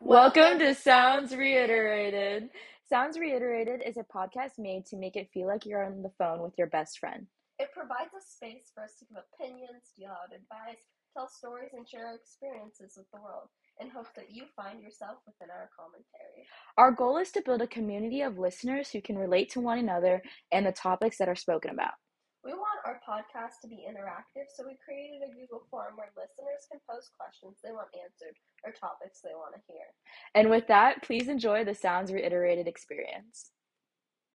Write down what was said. Welcome Welcome to Sounds Reiterated. Sounds Reiterated is a podcast made to make it feel like you're on the phone with your best friend. It provides a space for us to give opinions, deal out advice, tell stories, and share our experiences with the world in hopes that you find yourself within our commentary. Our goal is to build a community of listeners who can relate to one another and the topics that are spoken about. We want our podcast to be interactive, so we created a Google form where listeners can post questions they want answered or topics they want to hear. And with that, please enjoy the Sounds Reiterated experience.